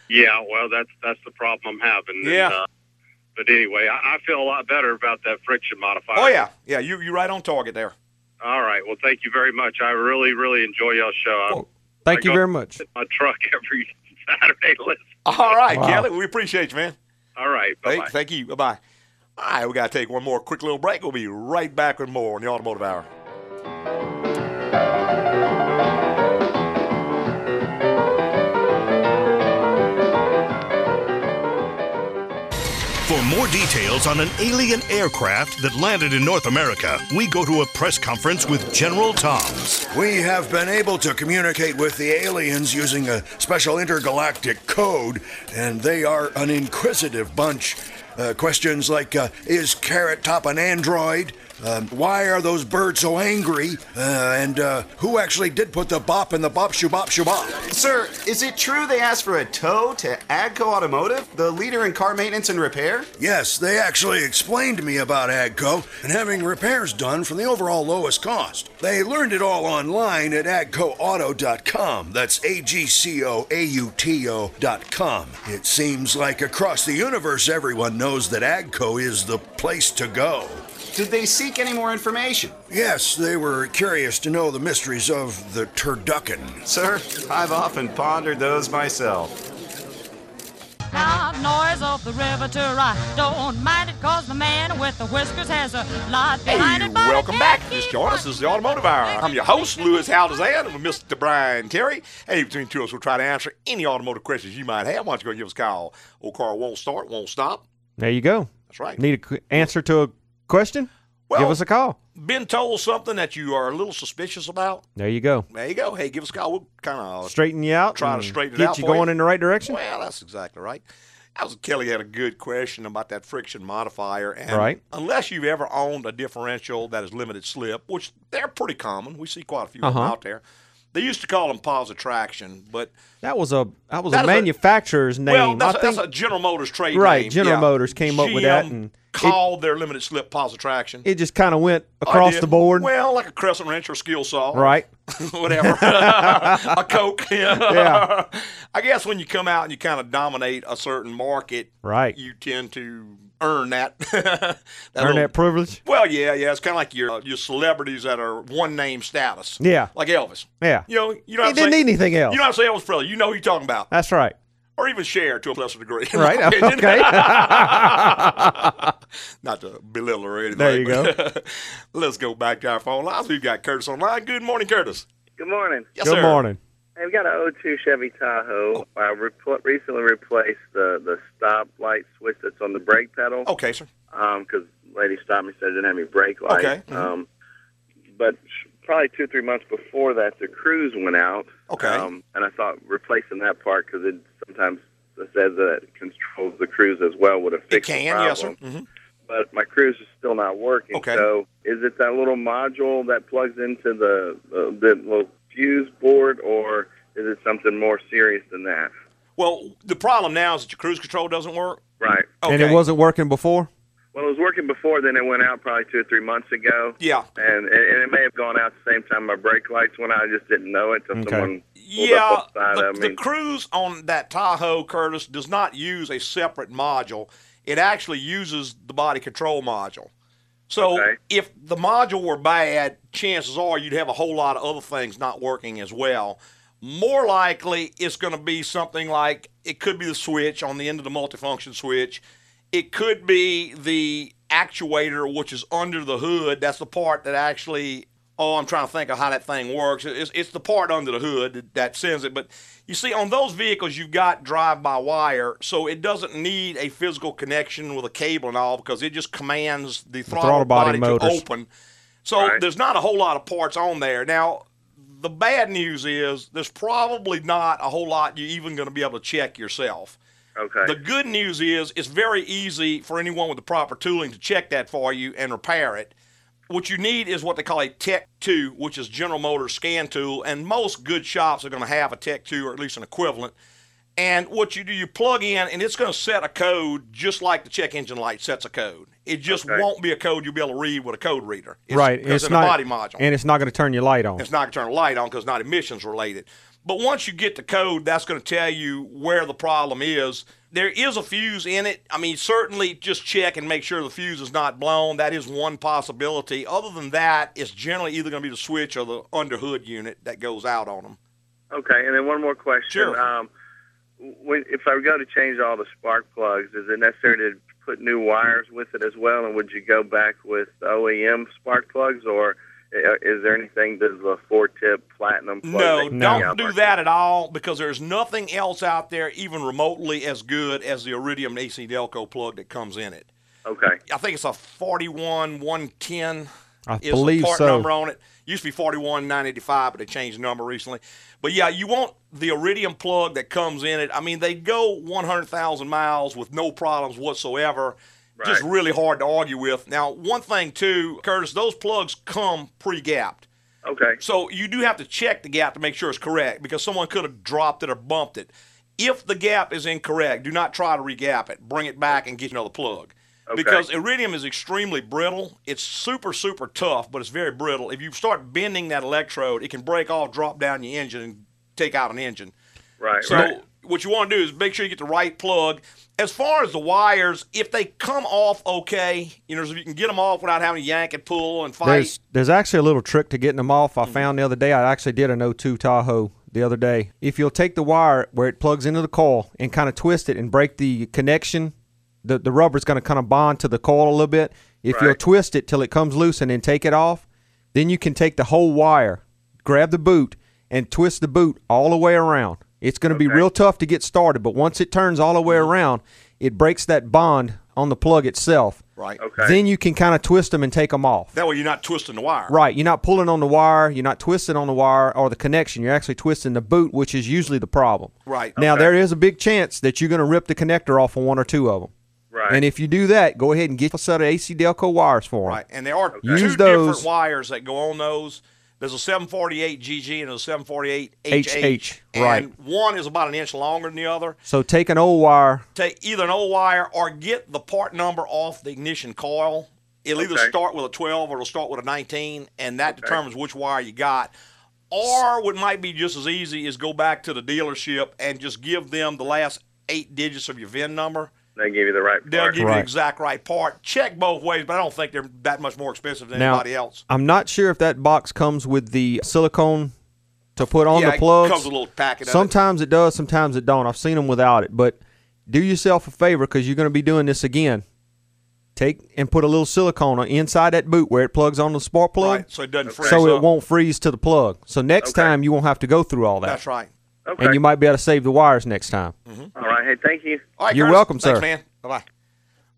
S8: Yeah, well, that's that's the problem I'm having.
S1: Yeah.
S8: And, uh, but anyway, I, I feel a lot better about that friction modifier.
S1: oh yeah, yeah. You you right on target there.
S8: All right. Well, thank you very much. I really, really enjoy y'all show.
S1: Oh,
S8: I'm
S2: Thank you
S8: got-
S2: very much.
S8: in my truck every Saturday. Listen.
S1: All right,
S2: Wow.
S1: Kelly. We appreciate you, man.
S8: All right. Bye.
S1: Thank, thank you. Bye bye. All right, we gotta take one more quick little break. We'll be right back with more on the Automotive Hour.
S4: For more details on an alien aircraft that landed in North America, we go to a press conference with General Toms.
S6: We have been able to communicate with the aliens using a special intergalactic code, and they are an inquisitive bunch. Uh, questions like uh, Is Carrot Top an android? Um, why are those birds so angry? Uh, and uh, who actually did put the bop in the bop shoo bop shoo bop?
S9: Sir, is it true they asked for a tow to Agco Automotive, the leader in car maintenance and repair?
S6: Yes, they actually explained to me about AGCO and having repairs done from the overall lowest cost. They learned it all online at agcoauto.com. That's A G C O A U T O dot com. It seems like across the universe, everyone knows that AGCO is the place to go.
S9: Did they seek any more information?
S6: Yes, they were curious to know the mysteries of the turducken.
S9: Sir, I've often pondered those myself.
S10: Knock, noise off the river to right. Don't mind it, cause the man with the whiskers has a lot
S1: Hey,
S10: behind it. but I
S1: welcome back. Just join us. This is the Automotive Hour. I'm your host, Lewis Haldazan, and with Mr. Brian Terry. Hey, between the two of us, we'll try to answer any automotive questions you might have. Why don't you go and give us a call? Old car won't start, won't stop.
S2: There you go.
S1: That's right.
S2: Need a qu- answer to a question? Give us a call.
S1: Been told something that you are a little suspicious about?
S2: There you go.
S1: There you go. Hey, give us a call. We'll kind of
S2: Straighten you out.
S1: Try to
S2: and
S1: straighten it
S2: get
S1: out
S2: you
S1: for you.
S2: going in the right direction.
S1: Well, that's exactly right. I was Kelly had a good question about that friction modifier, and
S2: Right.
S1: unless you've ever owned a differential that is limited slip, which they're pretty common, we see quite a few of them
S2: Uh-huh.
S1: out there. They used to call them positive traction, but
S2: That was a that was
S1: That
S2: a
S1: is a-
S2: manufacturer's name.
S1: well, that's,
S2: I
S1: a,
S2: think
S1: that's a General Motors trade
S2: Right,
S1: name.
S2: General
S1: yeah.
S2: Motors came up with that
S1: GM
S2: and it-
S1: called their limited slip positive traction
S2: it just kind of went
S1: I
S2: across
S1: did.
S2: the board.
S1: Well, like a crescent wrench or skill saw,
S2: right.
S1: whatever, a Coke. Yeah.
S2: Yeah.
S1: I guess when you come out and you kind of dominate a certain market,
S2: Right.
S1: you tend to earn that.
S2: Earn
S1: little-
S2: that privilege.
S1: Well, yeah, yeah. It's kind of like your uh, your celebrities that are one name status.
S2: Yeah.
S1: Like Elvis.
S2: Yeah.
S1: You know, you don't
S2: He
S1: have to
S2: didn't
S1: say,
S2: need anything else.
S1: You don't have to say Elvis Presley. You know who you're talking about,
S2: That's right.
S1: or even Cher to a lesser degree. in my
S2: Right.
S1: opinion.
S2: Okay.
S1: Not to belittle or anything.
S2: There you
S1: but- Let's go back to our phone lines. We've got Curtis online. Good morning, Curtis.
S11: Good morning.
S1: Yes,
S2: Good
S1: sir.
S2: morning.
S11: Hey, we got an 02 Chevy Tahoe. I repl- recently replaced the the stop light switch that's on the brake pedal
S1: Okay, sir.
S11: because lady stopped me said it didn't have any brake lights.
S1: Okay, mm-hmm. mhm.
S11: Um, but sh- probably two or three months before that, the cruise went out.
S1: Okay.
S11: Um, and I thought replacing that part because it sometimes it says that it controls the cruise as well would have
S1: it
S11: fixed the
S1: can,
S11: problem.
S1: yes, sir. Mhm.
S11: But my cruise is still not working.
S1: Okay.
S11: So is it that little module that plugs into the uh, the little fuse board, or is it something more serious than that?
S1: Well, the problem now is that your cruise control doesn't work.
S11: Right.
S1: Okay.
S2: And it wasn't working before.
S11: Well, it was working before. Then it went out probably two or three months ago.
S1: Yeah.
S11: and and and it may have gone out the same time my brake lights went out. I just didn't know it till
S2: Okay.
S11: someone pulled
S1: Yeah,
S11: up beside
S1: the,
S11: of me.
S1: the cruise on that Tahoe Curtis does not use a separate module. It actually uses the body control module. So
S11: Okay.
S1: if the module were bad, chances are you'd have a whole lot of other things not working as well. More likely, it's going to be something like it could be the switch on the end of the multifunction switch. It could be the actuator, which is under the hood. That's the part that actually. Oh, I'm trying to think of how that thing works. It's, it's the part under the hood that- that sends it. But you see, on those vehicles, you've got drive by wire, so it doesn't need a physical connection with a cable and all because it just commands the throttle,
S2: throttle body
S1: to
S2: motors.
S1: open. So
S11: Right.
S1: there's not a whole lot of parts on there. Now, the bad news is there's probably not a whole lot you're even going to be able to check yourself.
S11: okay.
S1: The good news is it's very easy for anyone with the proper tooling to check that for you and repair it. What you need is what they call a Tech 2, which is General Motors scan tool, and most good shops are going to have a Tech 2 or at least an equivalent. And what you do, you plug in, and it's going to set a code just like the check engine light sets a code. It just
S11: Okay.
S1: won't be a code you'll be able to read with a code reader. It's,
S2: right.
S1: It's, in
S2: not
S1: a body module.
S2: and it's not going to turn your light on.
S1: It's not going to turn a light on because it's not emissions related. But once you get the code, that's going to tell you where the problem is. There is a fuse in it. I mean, certainly just check and make sure the fuse is not blown. That is one possibility. Other than that, it's generally either going to be the switch or the under hood unit that goes out on them.
S11: Okay, and then one more question.
S1: Sure.
S11: Um, when, if I go to change all the spark plugs, is it necessary to put new wires with it as well? And would you go back with OEM spark plugs, or uh, is there anything does the four tip platinum plug?
S1: No,
S11: that-
S2: No.
S1: don't do that at all because there's nothing else out there even remotely as good as the Iridium AC Delco plug that comes in it.
S11: Okay.
S1: I think it's a 41 110.
S2: I
S1: is
S2: believe
S1: the part
S2: so.
S1: number on it. Used to be 41 985, but they changed the number recently. But yeah, you want the iridium plug that comes in it. I mean, they go 100,000 miles with no problems whatsoever. Just
S11: Right.
S1: really hard to argue with. Now, one thing too, Curtis, those plugs come pre-gapped.
S11: Okay.
S1: So you do have to check the gap to make sure it's correct because someone could have dropped it or bumped it. If the gap is incorrect, do not try to regap it. Bring it back and get another plug.
S11: Okay.
S1: Because iridium is extremely brittle. It's super, super tough, but it's very brittle. If you start bending that electrode, it can break off, drop down your engine, and take out an engine.
S11: Right.
S1: So
S11: right.
S1: what you want to do is make sure you get the right plug. As far as the wires, if they come off okay, you know, if you can get them off without having to yank and pull and fight.
S2: There's there's actually a little trick to getting them off. I found the other day. I actually did an 02 Tahoe the other day. If you'll take the wire where it plugs into the coil and kind of twist it and break the connection, the, the rubber's going to kind of bond to the coil a little bit. If you'll
S12: Right.
S2: twist it till it comes loose and then take it off, then you can take the whole wire, grab the boot, and twist the boot all the way around. It's going to be real tough to get started, but once it turns all the
S1: Mm-hmm.
S2: way around, it breaks that bond on the plug itself.
S1: Right.
S2: Then you can kind of twist them and take them off.
S1: That way you're not twisting the wire.
S2: Right. You're not pulling on the wire. You're not twisting on the wire or the connection. You're actually twisting the boot, which is usually the problem.
S1: Right.
S2: Now, there is a big chance that you're going to rip the connector off on one or two of them.
S1: Right.
S2: And if you do that, go ahead and get a set of AC Delco wires for them.
S1: Right, and there are two
S2: Use
S1: different
S2: those.
S1: wires that go on those. There's a 748 GG and a 748 HH.
S2: HH, right.
S1: And one is about an inch longer than the other.
S2: So take an old wire.
S1: Take either an old wire or get the part number off the ignition coil. It'll either start with a 12 or it'll start with a 19, and that determines which wire you got. Or what might be just as easy is go back to the dealership and just give them the last eight digits of your VIN number.
S11: They give you the right
S1: They'll
S11: part.
S1: give you the exact right part. Check both ways, but I don't think they're that much more expensive than
S2: Now,
S1: anybody else.
S2: I'm not sure if that box comes with the silicone to put on
S1: Yeah,
S2: the
S1: it
S2: plugs.
S1: comes with a little packet of it.
S2: Sometimes it does, sometimes it don't. I've seen them without it, but do yourself a favor because you're going to be doing this again. Take and put a little silicone on- inside that boot where it plugs on the spark plug,
S1: Right, so it doesn't freeze
S2: so it
S1: up.
S2: won't freeze to the plug. So next time you won't have to go through all that.
S1: That's Mm. right.
S2: And you might be able to save the wires next time.
S11: All right. Hey, thank you.
S1: All right,
S2: You're
S1: Curtis.
S2: welcome,
S1: Thanks,
S2: sir.
S1: man. Bye bye.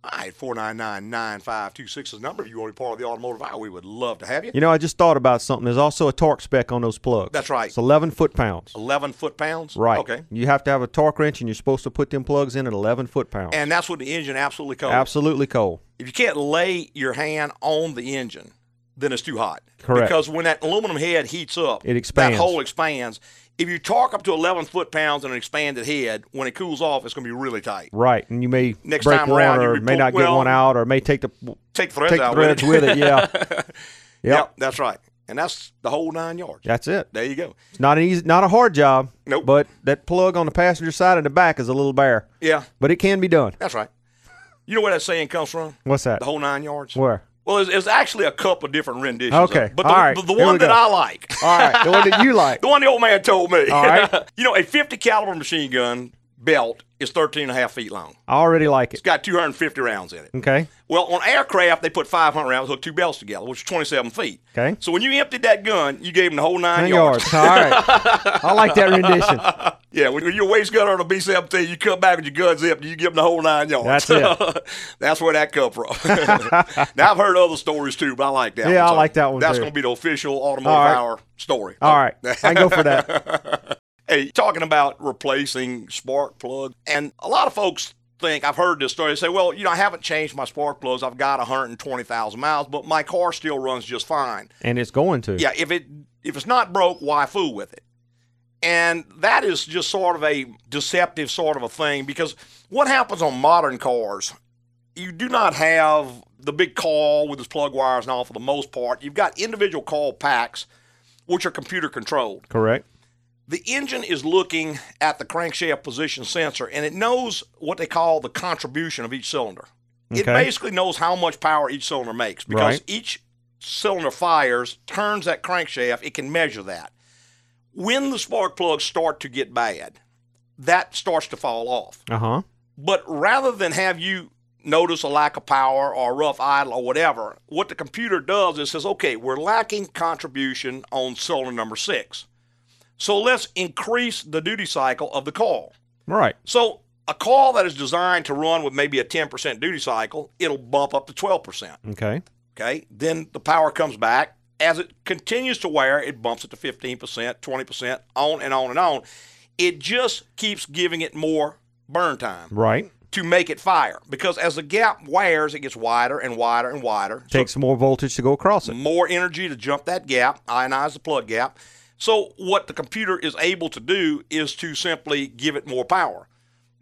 S1: All right, 499 9526 is the number. If you want to be part of the automotive hour, we would love to have you.
S2: You know, I just thought about something. There's also a torque spec on those plugs.
S1: That's right.
S2: It's 11 foot pounds.
S1: 11 foot pounds?
S2: Right.
S1: Okay.
S2: You have to have a torque wrench, and you're supposed to put them plugs in at 11 foot pounds.
S1: And that's what the engine absolutely covers.
S2: Absolutely cold.
S1: If you can't lay your hand on the engine, then it's too hot.
S2: Correct.
S1: Because when that aluminum head heats up,
S2: It expands.
S1: That hole expands. If you torque up to 11 foot pounds on an expanded head, when it cools off, it's going to be really tight.
S2: Right, and you may
S1: Next
S2: break
S1: time
S2: one,
S1: around, you
S2: or may
S1: report-
S2: not get
S1: well,
S2: one out, or may take the
S1: Take the threads
S2: take the
S1: out
S2: threads with it. Yeah,
S1: yep.
S2: Yep.
S1: that's right. And that's the whole nine yards.
S2: that's it.
S1: There you go.
S2: It's not an easy, not a hard job.
S1: Nope.
S2: But that plug on the passenger side and the back is a little bare.
S1: Yeah.
S2: But it can be done.
S1: That's right. You know where that saying comes from?
S2: What's that?
S1: The whole nine yards.
S2: Where?
S1: Well, it's, it's actually a couple of different renditions. of it.
S2: Okay.
S1: but the,
S2: All right.
S1: but the
S2: Here
S1: one
S2: we
S1: that
S2: go.
S1: I like.
S2: All right. The one that you like.
S1: The one the old man told me.
S2: All right.
S1: you know, a 50 caliber machine gun belt is 13 and a half feet long.
S2: I already like it.
S1: It's got 250 rounds in it.
S2: Okay.
S1: Well, on aircraft, they put 500 rounds, hook two belts together, which is 27 feet.
S2: Okay.
S1: So when you emptied that gun, you gave him the whole nine,
S2: Nine yards. All right. I like that rendition.
S1: Yeah, when when you're waist gun on a B-17, you come back with your guns empty, you give them the whole nine yards.
S2: That's it.
S1: That's where that come from. now, I've heard other stories too, but I like that one.
S2: Yeah, I
S1: So
S2: like that one,
S1: That's
S2: too.
S1: going to be the official Automotive
S2: All right.
S1: Hour story.
S2: All right. I go for that.
S1: Hey, talking about replacing spark plug, and a lot of folks think I've heard this story. They say, "Well, you know, I haven't changed my spark plugs. I've got 120,000 miles, but my car still runs just fine."
S2: And it's going to.
S1: Yeah, if it if it's not broke, why fool with it? And that is just sort of a deceptive sort of a thing because what happens on modern cars, you do not have the big call with its plug wires and all for the most part. You've got individual call packs, which are computer controlled
S2: Correct.
S1: the engine is looking at the crankshaft position sensor and it knows what they call the contribution of each cylinder. It
S2: Okay.
S1: basically knows how much power each cylinder makes because
S2: Right.
S1: each cylinder fires, turns that crankshaft, it can measure that. When the spark plugs start to get bad, that starts to fall off.
S2: Uh huh.
S1: But rather than have you notice a lack of power or rough idle or whatever, what the computer does is says, okay, we're lacking contribution on cylinder number six. So let's increase the duty cycle of the call.
S2: Right.
S1: So a call that is designed to run with maybe a 10% duty cycle, it'll bump up to 12%.
S2: Okay.
S1: Okay. Then the power comes back. As it continues to wear, it bumps it to 15%, 20%, on and on and on. It just keeps giving it more burn time
S2: Right.
S1: to make it fire because as the gap wears, it gets wider and wider and wider.
S2: Takes more voltage to go across it.
S1: More energy to jump that gap, ionize the plug gap. So, what the computer is able to do is to simply give it more power.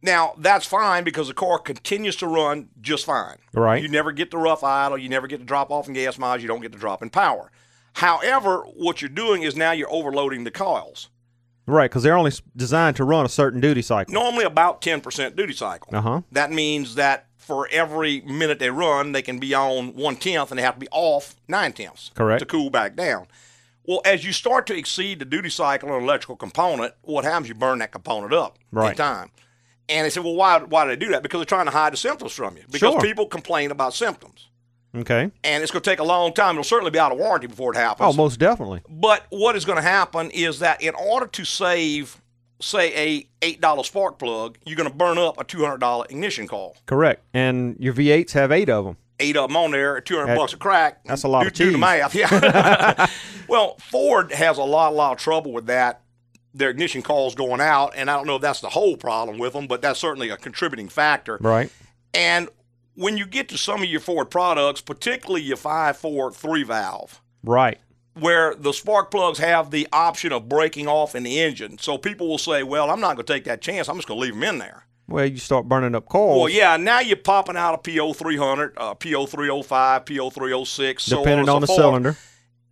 S1: Now, that's fine because the car continues to run just fine.
S2: Right.
S1: You never get the rough idle, you never get the drop off in gas mileage, you don't get the drop in power. However, what you're doing is now you're overloading the coils.
S2: Right, because they're only s- designed to run a certain duty cycle.
S1: Normally about 10% duty cycle.
S2: Uh huh.
S1: That means that for every minute they run, they can be on one tenth and they have to be off nine tenths
S2: Correct.
S1: to cool back down. Well, as you start to exceed the duty cycle on an electrical component, what happens? You burn that component up
S2: Right.
S1: in time. And they said, well, why, why do they do that? Because they're trying to hide the symptoms from you. Because
S2: Sure.
S1: people complain about symptoms.
S2: Okay.
S1: And it's going to take a long time. It'll certainly be out of warranty before it
S2: Oh,
S1: happens.
S2: most definitely.
S1: But what is going to happen is that in order to save, say, a eight dollar spark plug, you're going to burn up a two hundred dollar ignition coil.
S2: Correct. And your V8s have eight of them.
S1: Eight of them on there at two hundred
S2: That-
S1: bucks a crack.
S2: that's a lot
S1: do,
S2: of
S1: do the
S2: cheese.
S1: math. Yeah. well, Ford has a lot, lot of trouble with that. Their ignition coils going out, and I don't know if that's the whole problem with them, but that's certainly a contributing factor.
S2: Right.
S1: And when you get to some of your Ford products, particularly your five four three valve,
S2: Right.
S1: where the spark plugs have the option of breaking off in the engine. So people will say, well, I'm not going to take that chance. I'm just going to leave them in there.
S2: Well, you start burning up coals.
S1: Well, yeah, now you're popping out a PO 300, uh, PO 305, PO 306, so
S2: depending
S1: on,
S2: on
S1: and
S2: the
S1: so forth.
S2: cylinder.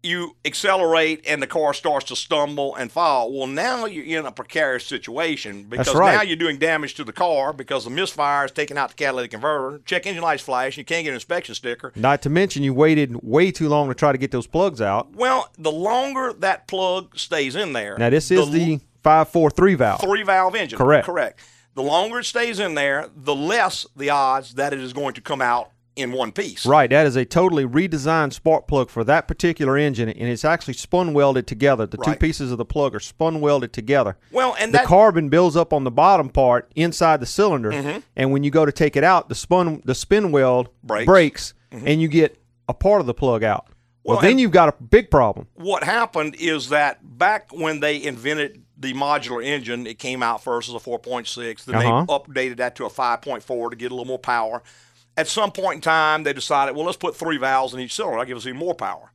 S1: You accelerate and the car starts to stumble and fall. Well, now you're in a precarious situation because
S2: right.
S1: now you're doing damage to the car because the misfire is taking out the catalytic converter. Check engine lights flash. You can't get an inspection sticker.
S2: Not to mention you waited way too long to try to get those plugs out.
S1: Well, the longer that plug stays in there,
S2: Now this is the, five four three valve.
S1: Three valve engine.
S2: Correct.
S1: Correct. The longer it stays in there, the less the odds that it is going to come out in one piece.
S2: Right, that is a totally redesigned spark plug for that particular engine, and it's actually spun welded together. The two
S1: Right.
S2: pieces of the plug are spun welded together.
S1: Well, and
S2: the
S1: that-
S2: carbon builds up on the bottom part inside the cylinder,
S1: Mhm.
S2: and when you go to take it out, the spun the spin weld
S1: Breaks. Mhm.
S2: and you get a part of the plug out. Well,
S1: Well,
S2: then
S1: and-
S2: you've got a big problem.
S1: What happened is that back when they invented the modular engine, it came out first as a 4.6. Then
S2: Uh-huh.
S1: they updated that to a 5.4 to get a little more power. At some point in time, they decided, well, let's put three valves in each cylinder. That gives us even more power.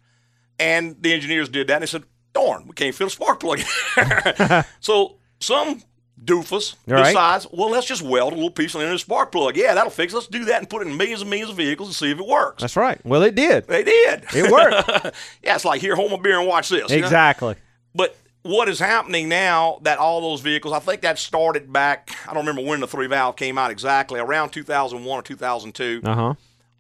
S1: And the engineers did that and they said, darn, we can't fit a spark plug in there. so some doofus
S2: All right.
S1: decides, well, let's just weld a little piece in the spark plug. Yeah, that'll fix it. Let's do that and put it in millions and millions of vehicles and see if it works.
S2: That's right. Well, it did.
S1: They did.
S2: It worked.
S1: yeah, it's like here, hold my beer and watch this. you know?
S2: Exactly.
S1: But what is happening now that all those vehicles, I think that started back, I don't remember when the three valve came out exactly, around 2001 or 2002.
S2: Uh huh.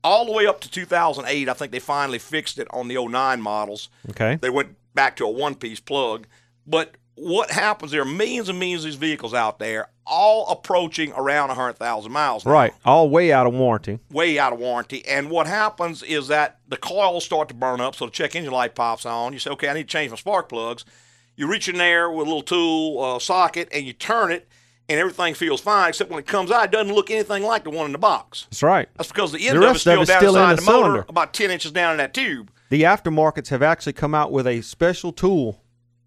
S1: All the way up to 2008, I think they finally fixed it on the 09 models.
S2: Okay.
S1: They went back to a one piece plug. But what happens, there are millions and millions of these vehicles out there, all approaching around 100,000 miles. now
S2: Right. All way out of warranty.
S1: way out of warranty. And what happens is that the coils start to burn up, so the check engine light pops on. You say, okay, I need to change my spark plugs. You reach in there with a little tool uh, socket and you turn it, and everything feels fine, except when it comes out, it doesn't look anything like the one in the box.
S2: That's right.
S1: That's because the
S2: The
S1: end of
S2: rest
S1: it's still
S2: of it's
S1: down
S2: still in
S1: inside
S2: the
S1: the motor,
S2: cylinder.
S1: about 10 inches down in that tube.
S2: the aftermarkets have actually come out with a special tool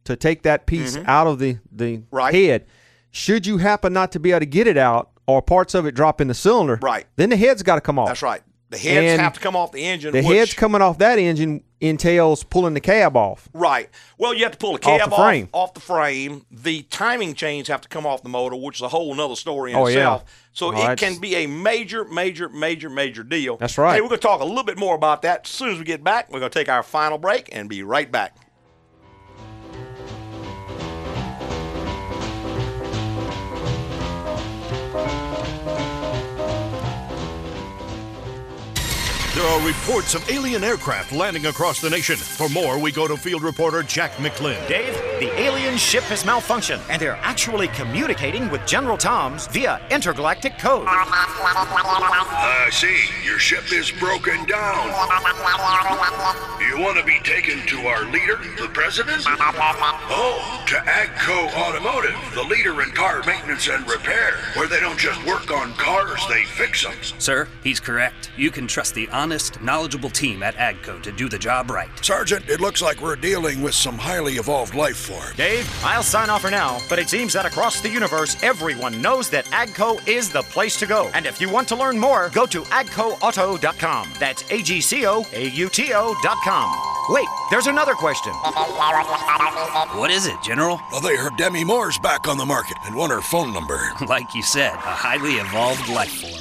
S2: to take that piece
S1: Mhm.
S2: out of the, the head. Should you happen not to be able to get it out or parts of it drop in the cylinder,
S1: Right.
S2: then the head's got to come off.
S1: That's right. The heads
S2: And
S1: have to come off the engine.
S2: The
S1: which-
S2: head's coming off that engine entails pulling the cab off.
S1: Right. Well, you have to pull a
S2: Off
S1: cab
S2: the
S1: off,
S2: frame.
S1: off the frame. The timing chains have to come off the motor, which is a whole nother story in
S2: Oh, yeah.
S1: itself. So
S2: Well,
S1: it
S2: that's-
S1: can be a major, major, major, major deal.
S2: That's right.
S1: Hey, we're going to talk a little bit more about that as soon as we get back. We're going to take our final break and be right back.
S4: There are reports of alien aircraft landing across the nation. For more, we go to field reporter Jack McLinn.
S5: Dave, the alien ship has malfunctioned, and they're actually communicating with General Tom's via intergalactic code.
S6: I Uh, see. Your ship is broken down. You want to be taken to our leader, the president? Oh, to AGCO Automotive, the leader in car maintenance and repair, where they don't just work on cars, they fix them.
S7: Sir, he's correct. You can trust the honest, knowledgeable team at AGCO to do the job right.
S6: Sergeant, it looks like we're dealing with some highly evolved life form.
S5: Dave, I'll sign off for now, but it seems that across the universe, everyone knows that AGCO is the place to go. And if you want to learn more, go to agcoauto.com. That's A G C O A U T O.com. Wait, there's another question.
S7: What is it, General?
S6: Well, they heard Demi Moore's back on the market and want her phone number.
S7: Like you said, a highly evolved life form.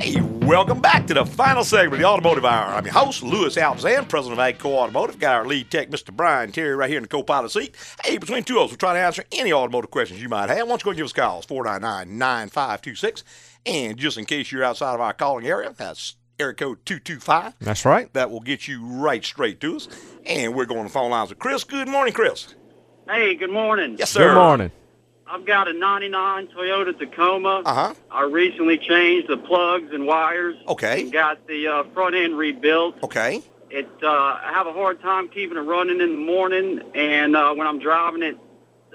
S1: Hey, Welcome back to the final segment of the Automotive Hour. I'm your host, Louis Alexander, president of AGCO Automotive. Got our lead tech, Mr. Brian Terry, right here in the co pilot seat. Hey, between two of us, we'll try to answer any automotive questions you might have. Why don't you go and give us calls, 499 9526. And just in case you're outside of our calling area, that's area code 225.
S2: That's right.
S1: That will get you right straight to us. And we're going to phone lines with Chris. Good morning, Chris.
S12: Hey, good morning.
S1: Yes, sir.
S2: Good morning.
S12: I've got a 99 Toyota Tacoma.
S1: Uh-huh.
S12: I recently changed the plugs and wires.
S1: Okay.
S12: And got the uh, front end rebuilt.
S1: Okay.
S12: It uh, I have a hard time keeping it running in the morning, and uh, when I'm driving it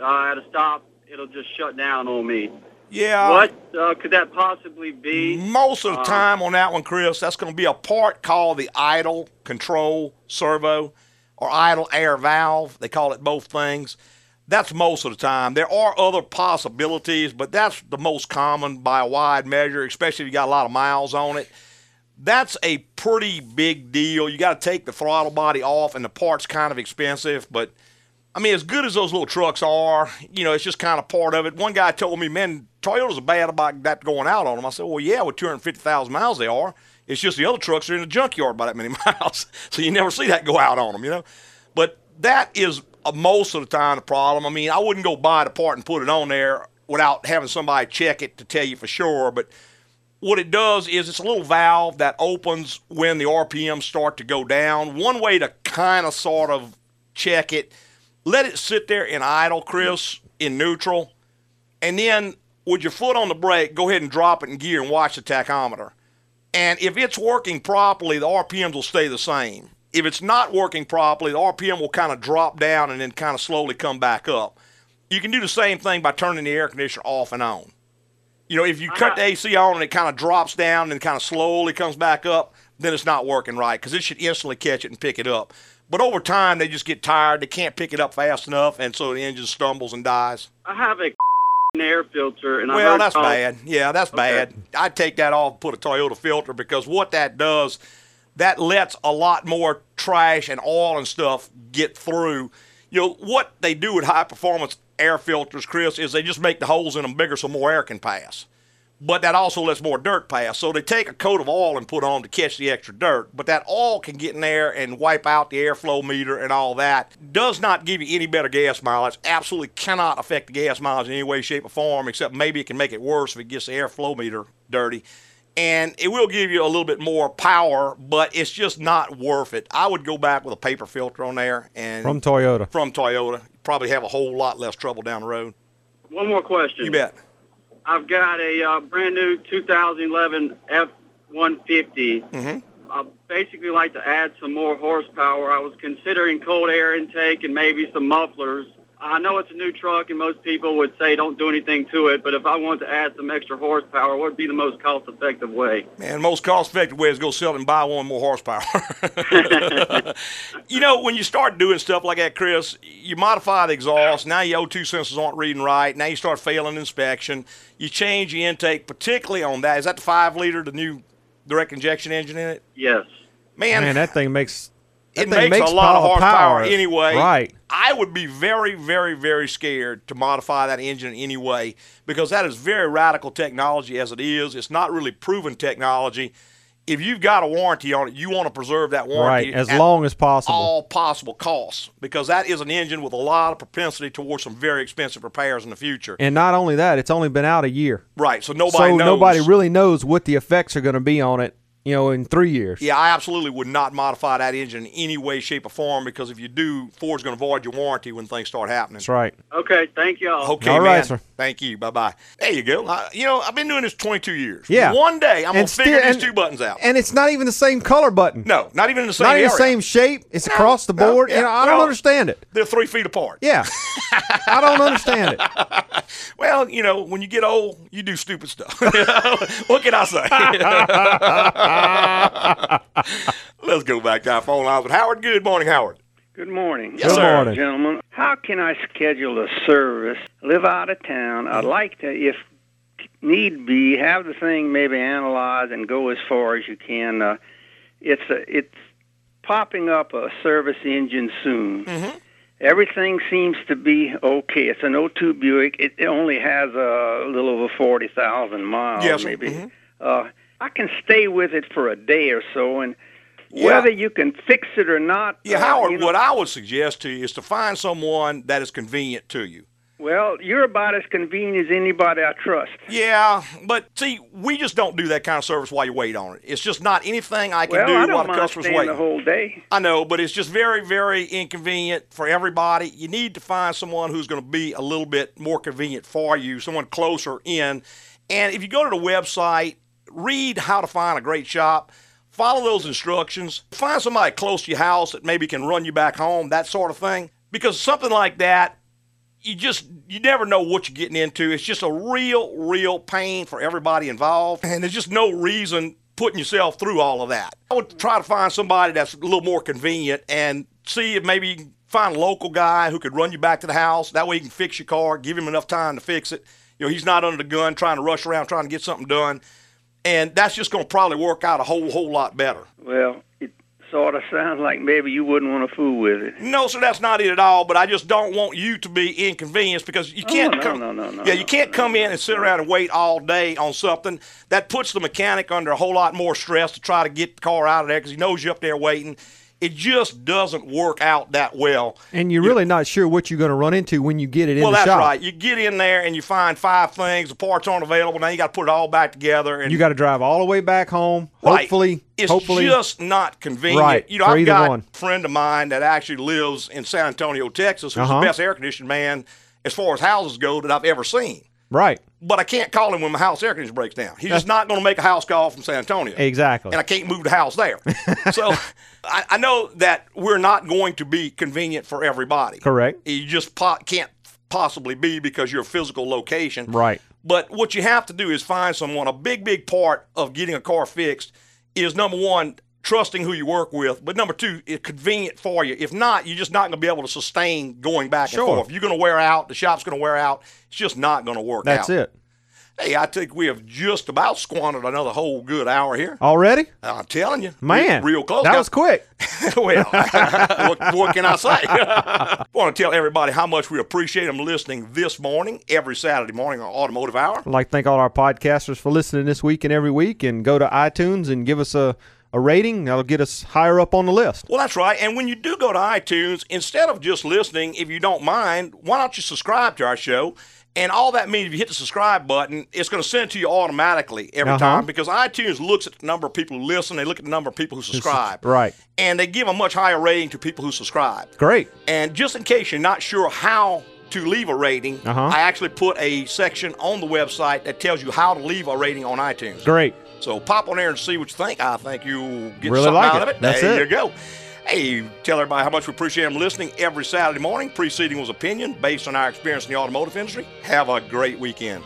S12: uh, at a stop, it'll just shut down on me.
S1: Yeah.
S12: What uh, could that possibly be?
S8: Mm-hmm.
S1: Most of the
S12: Uh,
S1: time on that one, Chris, that's going to be a part called the idle control servo or idle air valve. They call it both things. That's most of the time. There are other possibilities, but that's the most common by a wide measure, especially if you got a lot of miles on it. That's a pretty big deal. You got to take the throttle body off, and the part's kind of expensive, but I mean, as good as those little trucks are, you know, it's just kind of part of it. One guy told me, man, Toyotas are bad about that going out on them. I said, well, yeah, with 250,000 miles they are. It's just the other trucks are in the junkyard by that many miles. so you never see that go out on them, you know? But that is uh, most of the time the problem. I mean, I wouldn't go buy the part and put it on there without having somebody check it to tell you for sure. But what it does is it's a little valve that opens when the RPMs start to go down. One way to kind of sort of check it, let it sit there in idle, Chris, in neutral, and then with your foot on the brake, go ahead and drop it in gear and watch the tachometer. And if it's working properly, the RPMs will stay the same. If it's not working properly, the RPM will kind of drop down and then kind of slowly come back up. You can do the same thing by turning the air conditioner off and on. You know, if you cut the AC on and it kind of drops down and kind of slowly comes back up, then it's not working right because it should instantly catch it and pick it up. But over time, they just get tired. They can't pick it up fast enough, and so the engine stumbles and dies.
S12: I have a air filter, and I
S1: well,
S12: heard
S1: that's
S12: y'all-
S1: bad. Yeah, that's bad. I take that off, and put a Toyota filter because what that does, that lets a lot more trash and oil and stuff get through. You know what they do with high performance air filters, Chris, is they just make the holes in them bigger so more air can pass. But that also lets more dirt pass. So they take a coat of oil and put on to catch the extra dirt. But that oil can get in there and wipe out the airflow meter and all that. Does not give you any better gas mileage. Absolutely cannot affect the gas mileage in any way, shape, or form, except maybe it can make it worse if it gets the airflow meter dirty. And it will give you a little bit more power, but it's just not worth it. I would go back with a paper filter on there and
S2: From Toyota.
S1: From Toyota. Probably have a whole lot less trouble down the road.
S12: One more question.
S1: You bet.
S12: I've got a uh, brand new 2011 F-150.
S1: Mm-hmm.
S12: I basically like to add some more horsepower. I was considering cold air intake and maybe some mufflers. I know it's a new truck, and most people would say don't do anything to it. But if I wanted to add some extra horsepower, what would be the most cost-effective way?
S1: Man, most cost effective way is go sell it and buy one more horsepower. you know, when you start doing stuff like that, Chris, you modify the exhaust. Now your O2 sensors aren't reading right. Now you start failing inspection. You change the intake, particularly on that. Is that the five liter, the new direct injection engine in it?
S12: Yes.
S1: Man,
S2: Man, that thing makes that
S1: it
S2: thing
S1: makes, a lot of
S2: power-
S1: horsepower
S2: power.
S1: anyway.
S2: Right.
S1: I would be very, very, very scared to modify that engine in any way because that is very radical technology as it is. It's not really proven technology. If you've got a warranty on it, you want to preserve that warranty
S2: Right. As
S1: at
S2: long as possible.
S1: all possible costs because that is an engine with a lot of propensity towards some very expensive repairs in the future.
S2: And not only that, it's only been out a year.
S1: Right. So nobody
S2: so
S1: knows.
S2: nobody really knows what the effects are going to be on it, you know, in three years.
S1: Yeah, I absolutely would not modify that engine in any way, shape, or form because if you do, Ford's going to void your warranty when things start happening.
S2: That's right.
S12: Okay, thank y'all.
S1: Okay,
S2: All right,
S1: man.
S2: sir.
S1: Thank you. Bye bye. There you go. I, you know, I've been doing this 22 years.
S2: Yeah.
S1: One day I'm
S2: And
S1: gonna figure
S2: still-
S1: these
S2: and-
S1: two buttons out.
S2: And it's not even the same color button.
S1: No, not even in the same.
S2: not even the
S1: area.
S2: same shape. It's across the board.
S1: yeah,
S2: You know, I
S1: well-
S2: don't understand it.
S1: They're three feet apart.
S2: Yeah. I don't understand it.
S1: Well, you know, when you get old, you do stupid stuff. what can I say? Let's go back to our phone lines with Howard. Good morning, Howard.
S13: Good morning.
S1: Yes, Good sir. morning.
S13: gentlemen. How can I schedule a service? Live out of town.
S1: Mm.
S13: I'd like to, if need be, have the thing maybe analyzed and go as far as you can. Uh, it's a, it's popping up a service engine soon.
S1: Mm-hmm.
S13: Everything seems to be okay. It's an O2 Buick. It, it only has uh, a little over forty thousand miles,
S1: Yes, sir. Mm-hmm.
S13: maybe. Uh, I can stay with it for a day or so, and whether you can fix it or not.
S1: Yeah,
S13: uh,
S1: Howard,
S13: you know-
S1: what I would suggest to you is to find someone that is convenient to you.
S13: Well, you're about as convenient as anybody I trust.
S1: Yeah, but see, we just don't do that kind of service while you wait on it. It's just not anything I can
S13: well,
S1: do
S13: I
S1: while
S13: don't
S1: the
S13: mind
S1: customer's
S13: staying
S1: waiting.
S13: the whole day.
S1: I know, but it's just very, very inconvenient for everybody. You need to find someone who's going to be a little bit more convenient for you, someone closer in. And if you go to the website, read how to find a great shop, follow those instructions, find somebody close to your house that maybe can run you back home, that sort of thing. Because something like that, you just you never know what you're getting into. It's just a real, real pain for everybody involved, and there's just no reason putting yourself through all of that. I would try to find somebody that's a little more convenient and see if maybe you can find a local guy who could run you back to the house. That way, you can fix your car, give him enough time to fix it. You know, he's not under the gun trying to rush around trying to get something done, and that's just going to probably work out a whole, whole lot better.
S13: Well, it sort of sounds like maybe you wouldn't want to fool with it.
S1: No, sir, that's not it at all. But I just don't want you to be inconvenienced because you can't
S13: Oh, no,
S1: come.
S13: no, no, no,
S1: yeah, you can't come in and sit around and wait all day on something that puts the mechanic under a whole lot more stress to try to get the car out of there because he knows you're up there waiting. It just doesn't work out that well.
S2: And you're really not sure what you're going to run into when you get it in
S1: well,
S2: the
S1: that's
S2: shop.
S1: right. You get in there and you find five things. The parts aren't available. Now you got to put it all back together. And
S2: You got to drive all the way back home.
S1: Right.
S2: Hopefully,
S1: it's
S2: hopefully,
S1: just not convenient.
S2: Right,
S1: You know,
S2: for
S1: I've
S2: either
S1: got
S2: one.
S1: a friend of mine that actually lives in San Antonio, Texas, who's
S2: Uh-huh.
S1: the best air conditioned man as far as houses go that I've ever seen.
S2: right.
S1: But I can't call him when my house air conditioner breaks down. He's just not going to make a house call from San Antonio.
S2: Exactly.
S1: And I can't move the house there. so I, I know that we're not going to be convenient for everybody.
S2: Correct.
S1: You just po- can't possibly be because your physical location.
S2: Right.
S1: But what you have to do is find someone. A big, big part of getting a car fixed is number one, trusting who you work with, but number two, it's convenient for you. If not, you're just not going to be able to sustain going back
S2: Sure.
S1: and forth. You're going to wear out. The shop's going to wear out. It's just not going to work
S2: That's
S1: out.
S2: it.
S1: Hey, I think we have just about squandered another whole good hour here.
S2: Already?
S1: I'm telling you,
S2: Man.
S1: real close.
S2: That
S1: Got-
S2: was quick.
S1: well, what, what can I say? I want to tell everybody how much we appreciate them listening this morning, every Saturday morning on Automotive Hour.
S2: I'd like to thank all our podcasters for listening this week and every week and go to iTunes and give us a, a rating. That'll get us higher up on the list.
S1: Well, that's right. And when you do go to iTunes, instead of just listening, if you don't mind, why don't you subscribe to our show? And all that means, if you hit the subscribe button, it's going to send it to you automatically every
S2: Uh-huh.
S1: time because iTunes looks at the number of people who listen, they look at the number of people who subscribe.
S2: Right.
S1: and they give a much higher rating to people who subscribe.
S2: Great.
S1: And just in case you're not sure how to leave a rating,
S2: Uh-huh.
S1: I actually put a section on the website that tells you how to leave a rating on iTunes.
S2: Great.
S1: So pop on there and see what you think. I think you'll get
S2: Really
S1: something
S2: like
S1: out of
S2: it.
S1: it.
S2: That's
S1: there
S2: it.
S1: you go. Hey, tell everybody how much we appreciate them listening every Saturday morning. Preceding was opinion based on our experience in the automotive industry. Have a great weekend.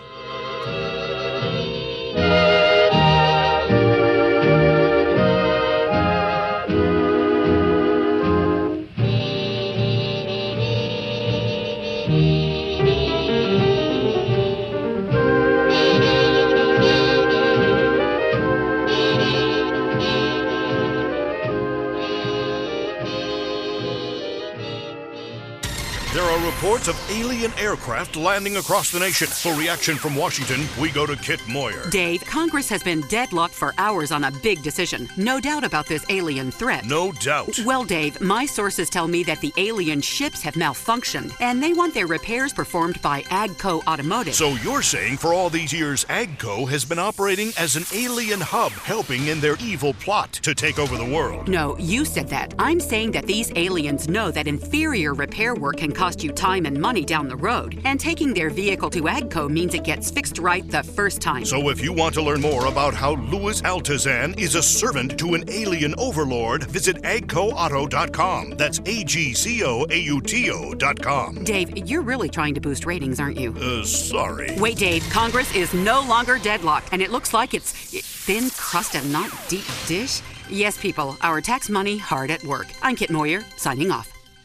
S4: There are reports of alien aircraft landing across the nation. For reaction from Washington, we go to Kit Moyer.
S14: Dave, Congress has been deadlocked for hours on a big decision. No doubt about this alien threat.
S4: No doubt.
S14: Well, Dave, my sources tell me that the alien ships have malfunctioned and they want their repairs performed by AGCO Automotive.
S4: So you're saying for all these years, AGCO has been operating as an alien hub, helping in their evil plot to take over the world.
S14: no, you said that. I'm saying that these aliens know that inferior repair work can cost you time and money down the road, and taking their vehicle to AGCO means it gets fixed right the first time.
S4: So if you want to learn more about how Louis Altazan is a servant to an alien overlord, visit agcoauto.com. That's A-G-C-O-A-U-T-O dot com.
S14: Dave, you're really trying to boost ratings, aren't you?
S4: Uh, sorry.
S14: Wait, Dave, Congress is no longer deadlocked, and it looks like it's thin crust and not deep dish. Yes, people, our tax money hard at work. I'm Kit Moyer, signing off.